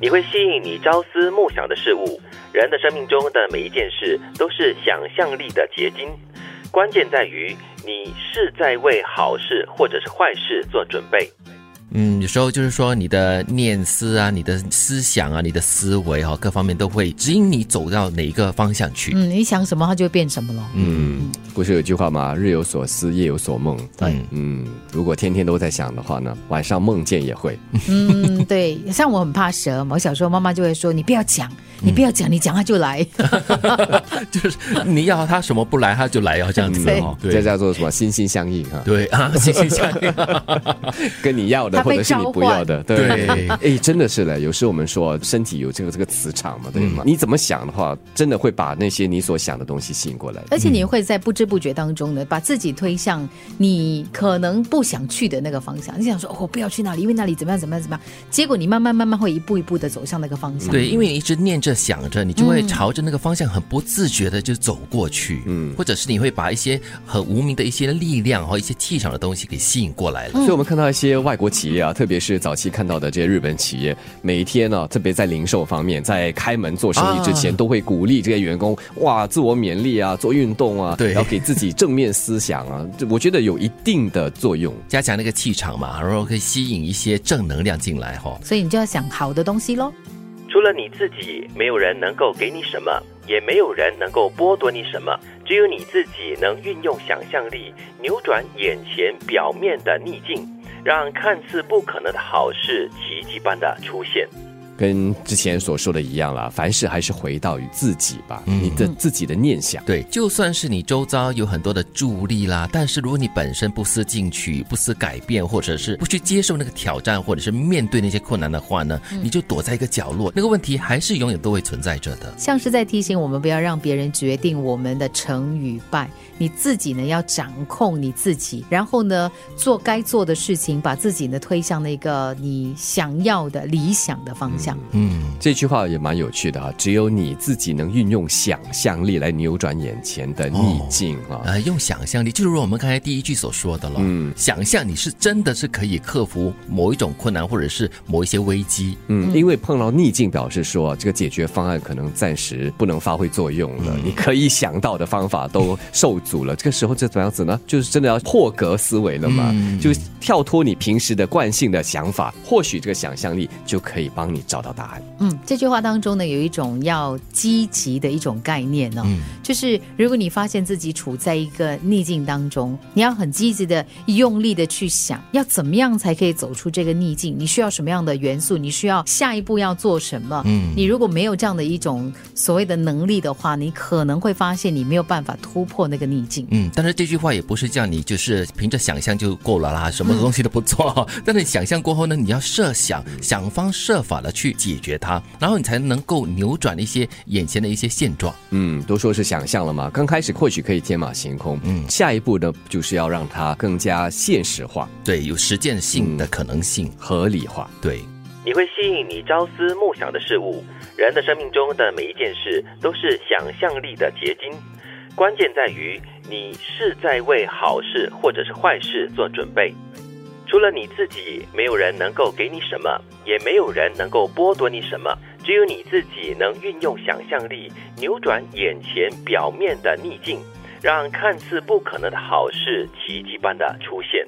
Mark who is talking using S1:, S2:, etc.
S1: 你会吸引你朝思暮想的事物。人的生命中的每一件事都是想象力的结晶，关键在于你是在为好事或者是坏事做准备。
S2: 嗯，有时候就是说你的念思啊、你的思想啊、你的思维哈、各方面都会指引你走到哪一个方向 去。
S3: 嗯，你想什么，它就会变什么咯。
S2: 嗯，
S4: 不是有句话吗？日有所思，夜有所梦。
S3: 对
S2: 嗯
S4: 嗯，如果天天都在想的话呢，晚上梦见也会。
S3: 嗯，对，像我很怕蛇嘛，我小时候妈妈就会说：“你不要讲，
S2: 嗯
S3: 你不要讲，你讲它就 来。
S2: 就是你要他什么不来他就来，要这样子哦。
S4: 这叫做什么？心心相印哈、
S2: 对啊，谢谢下一个
S4: 跟你要的
S3: 他
S4: 或
S3: 被
S4: 者是你不要的，
S2: 对
S4: 哎，真的是嘞。有时候我们说身体有这个这个磁场嘛，对吗？
S2: 嗯
S4: 你怎么想的话，真的会把那些你所想的东西吸引过来”。
S3: 而且你会在不知不觉当中呢，把自己推向你可能不想去的那个方向。你想说：“哦，我不要去那里，因为那里怎么样，怎么样，怎么样。”结果你慢慢慢慢会一步一步的走向那个方向。嗯
S2: 对，因为你一直念着想着，你就会朝着那个方向很不自觉的就走过去。嗯，或者是你会把一些很无名的一些力量和一些气场的东西给吸引过来了。
S4: 所以，我们看到一些外国企业啊，特别是早期看到的这些日本企业，每一天呢、特别在零售方面，在开门做生意之前，
S2: 啊
S4: 都会鼓励这些员工哇，自我勉励啊，做运动啊，
S2: 对
S4: 然后给自己正面思想啊，这我觉得有一定的作用。
S2: 加强那个气场嘛，然后可以吸引一些正能量进来哈、哦。
S3: 所以你就要想好的东西喽。
S1: 除了你自己，没有人能够给你什么，也没有人能够剥夺你什么，只有你自己能运用想象力，扭转眼前表面的逆境，让看似不可能的好事奇迹般的出现。
S4: 跟之前所说的一样啦，凡事还是回到于自己吧，
S2: 嗯
S4: 你的自己的念想。
S2: 对，就算是你周遭有很多的助力啦，但是如果你本身不思进取、不思改变，或者是不去接受那个挑战，或者是面对那些困难的话呢，你就躲在一个角落，那个问题还是永远都会存在着的。
S3: 像是在提醒我们不要让别人决定我们的成与败，你自己呢要掌控你自己，然后呢做该做的事情，把自己呢推向那个你想要的理想的方向。
S2: 嗯，
S4: 这句话也蛮有趣的啊，只有你自己能运用想象力来扭转眼前
S2: 哦
S4: 的逆境啊。
S2: 呃，用想象力，就是如我们刚才第一句所说的了，嗯，想象你是真的是可以克服某一种困难，或者是某一些危机，
S4: 嗯，因为碰到逆境，表示说这个解决方案可能暂时不能发挥作用了，你可以想到的方法都受阻了。这个时候这怎么样子呢？就是真的要破格思维了嘛，就跳脱你平时的惯性的想法，或许这个想象力就可以帮你找到答案。
S3: 嗯，这句话当中呢，有一种要积极的一种概念哦，就是如果你发现自己处在一个逆境当中，你要很积极的、用力的去想，要怎么样才可以走出这个逆境？你需要什么样的元素？你需要下一步要做什么？嗯，你如果没有这样的一种所谓的能力的话，你可能会发现你没有办法突破那个逆境。
S2: 嗯，但是这句话也不是叫你就是凭着想象就够了啦，什么东西都不做。 但是你想象过后呢，你要设想，想方设法的去解决它，然后你才能够扭转一些眼前的一些现状。
S4: 嗯，都说是想象了嘛，刚开始或许可以天马行空，嗯，下一步呢，就是要让它更加现实化、
S2: 对，有实践性的可能性。
S4: 合理化。
S2: 对，
S1: 你会吸引你朝思暮想的事物。人的生命中的每一件事都是想象力的结晶，关键在于你是在为好事或者是坏事做准备。除了你自己，没有人能够给你什么，也没有人能够剥夺你什么，只有你自己能运用想象力，扭转眼前表面的逆境，让看似不可能的好事奇迹般的出现。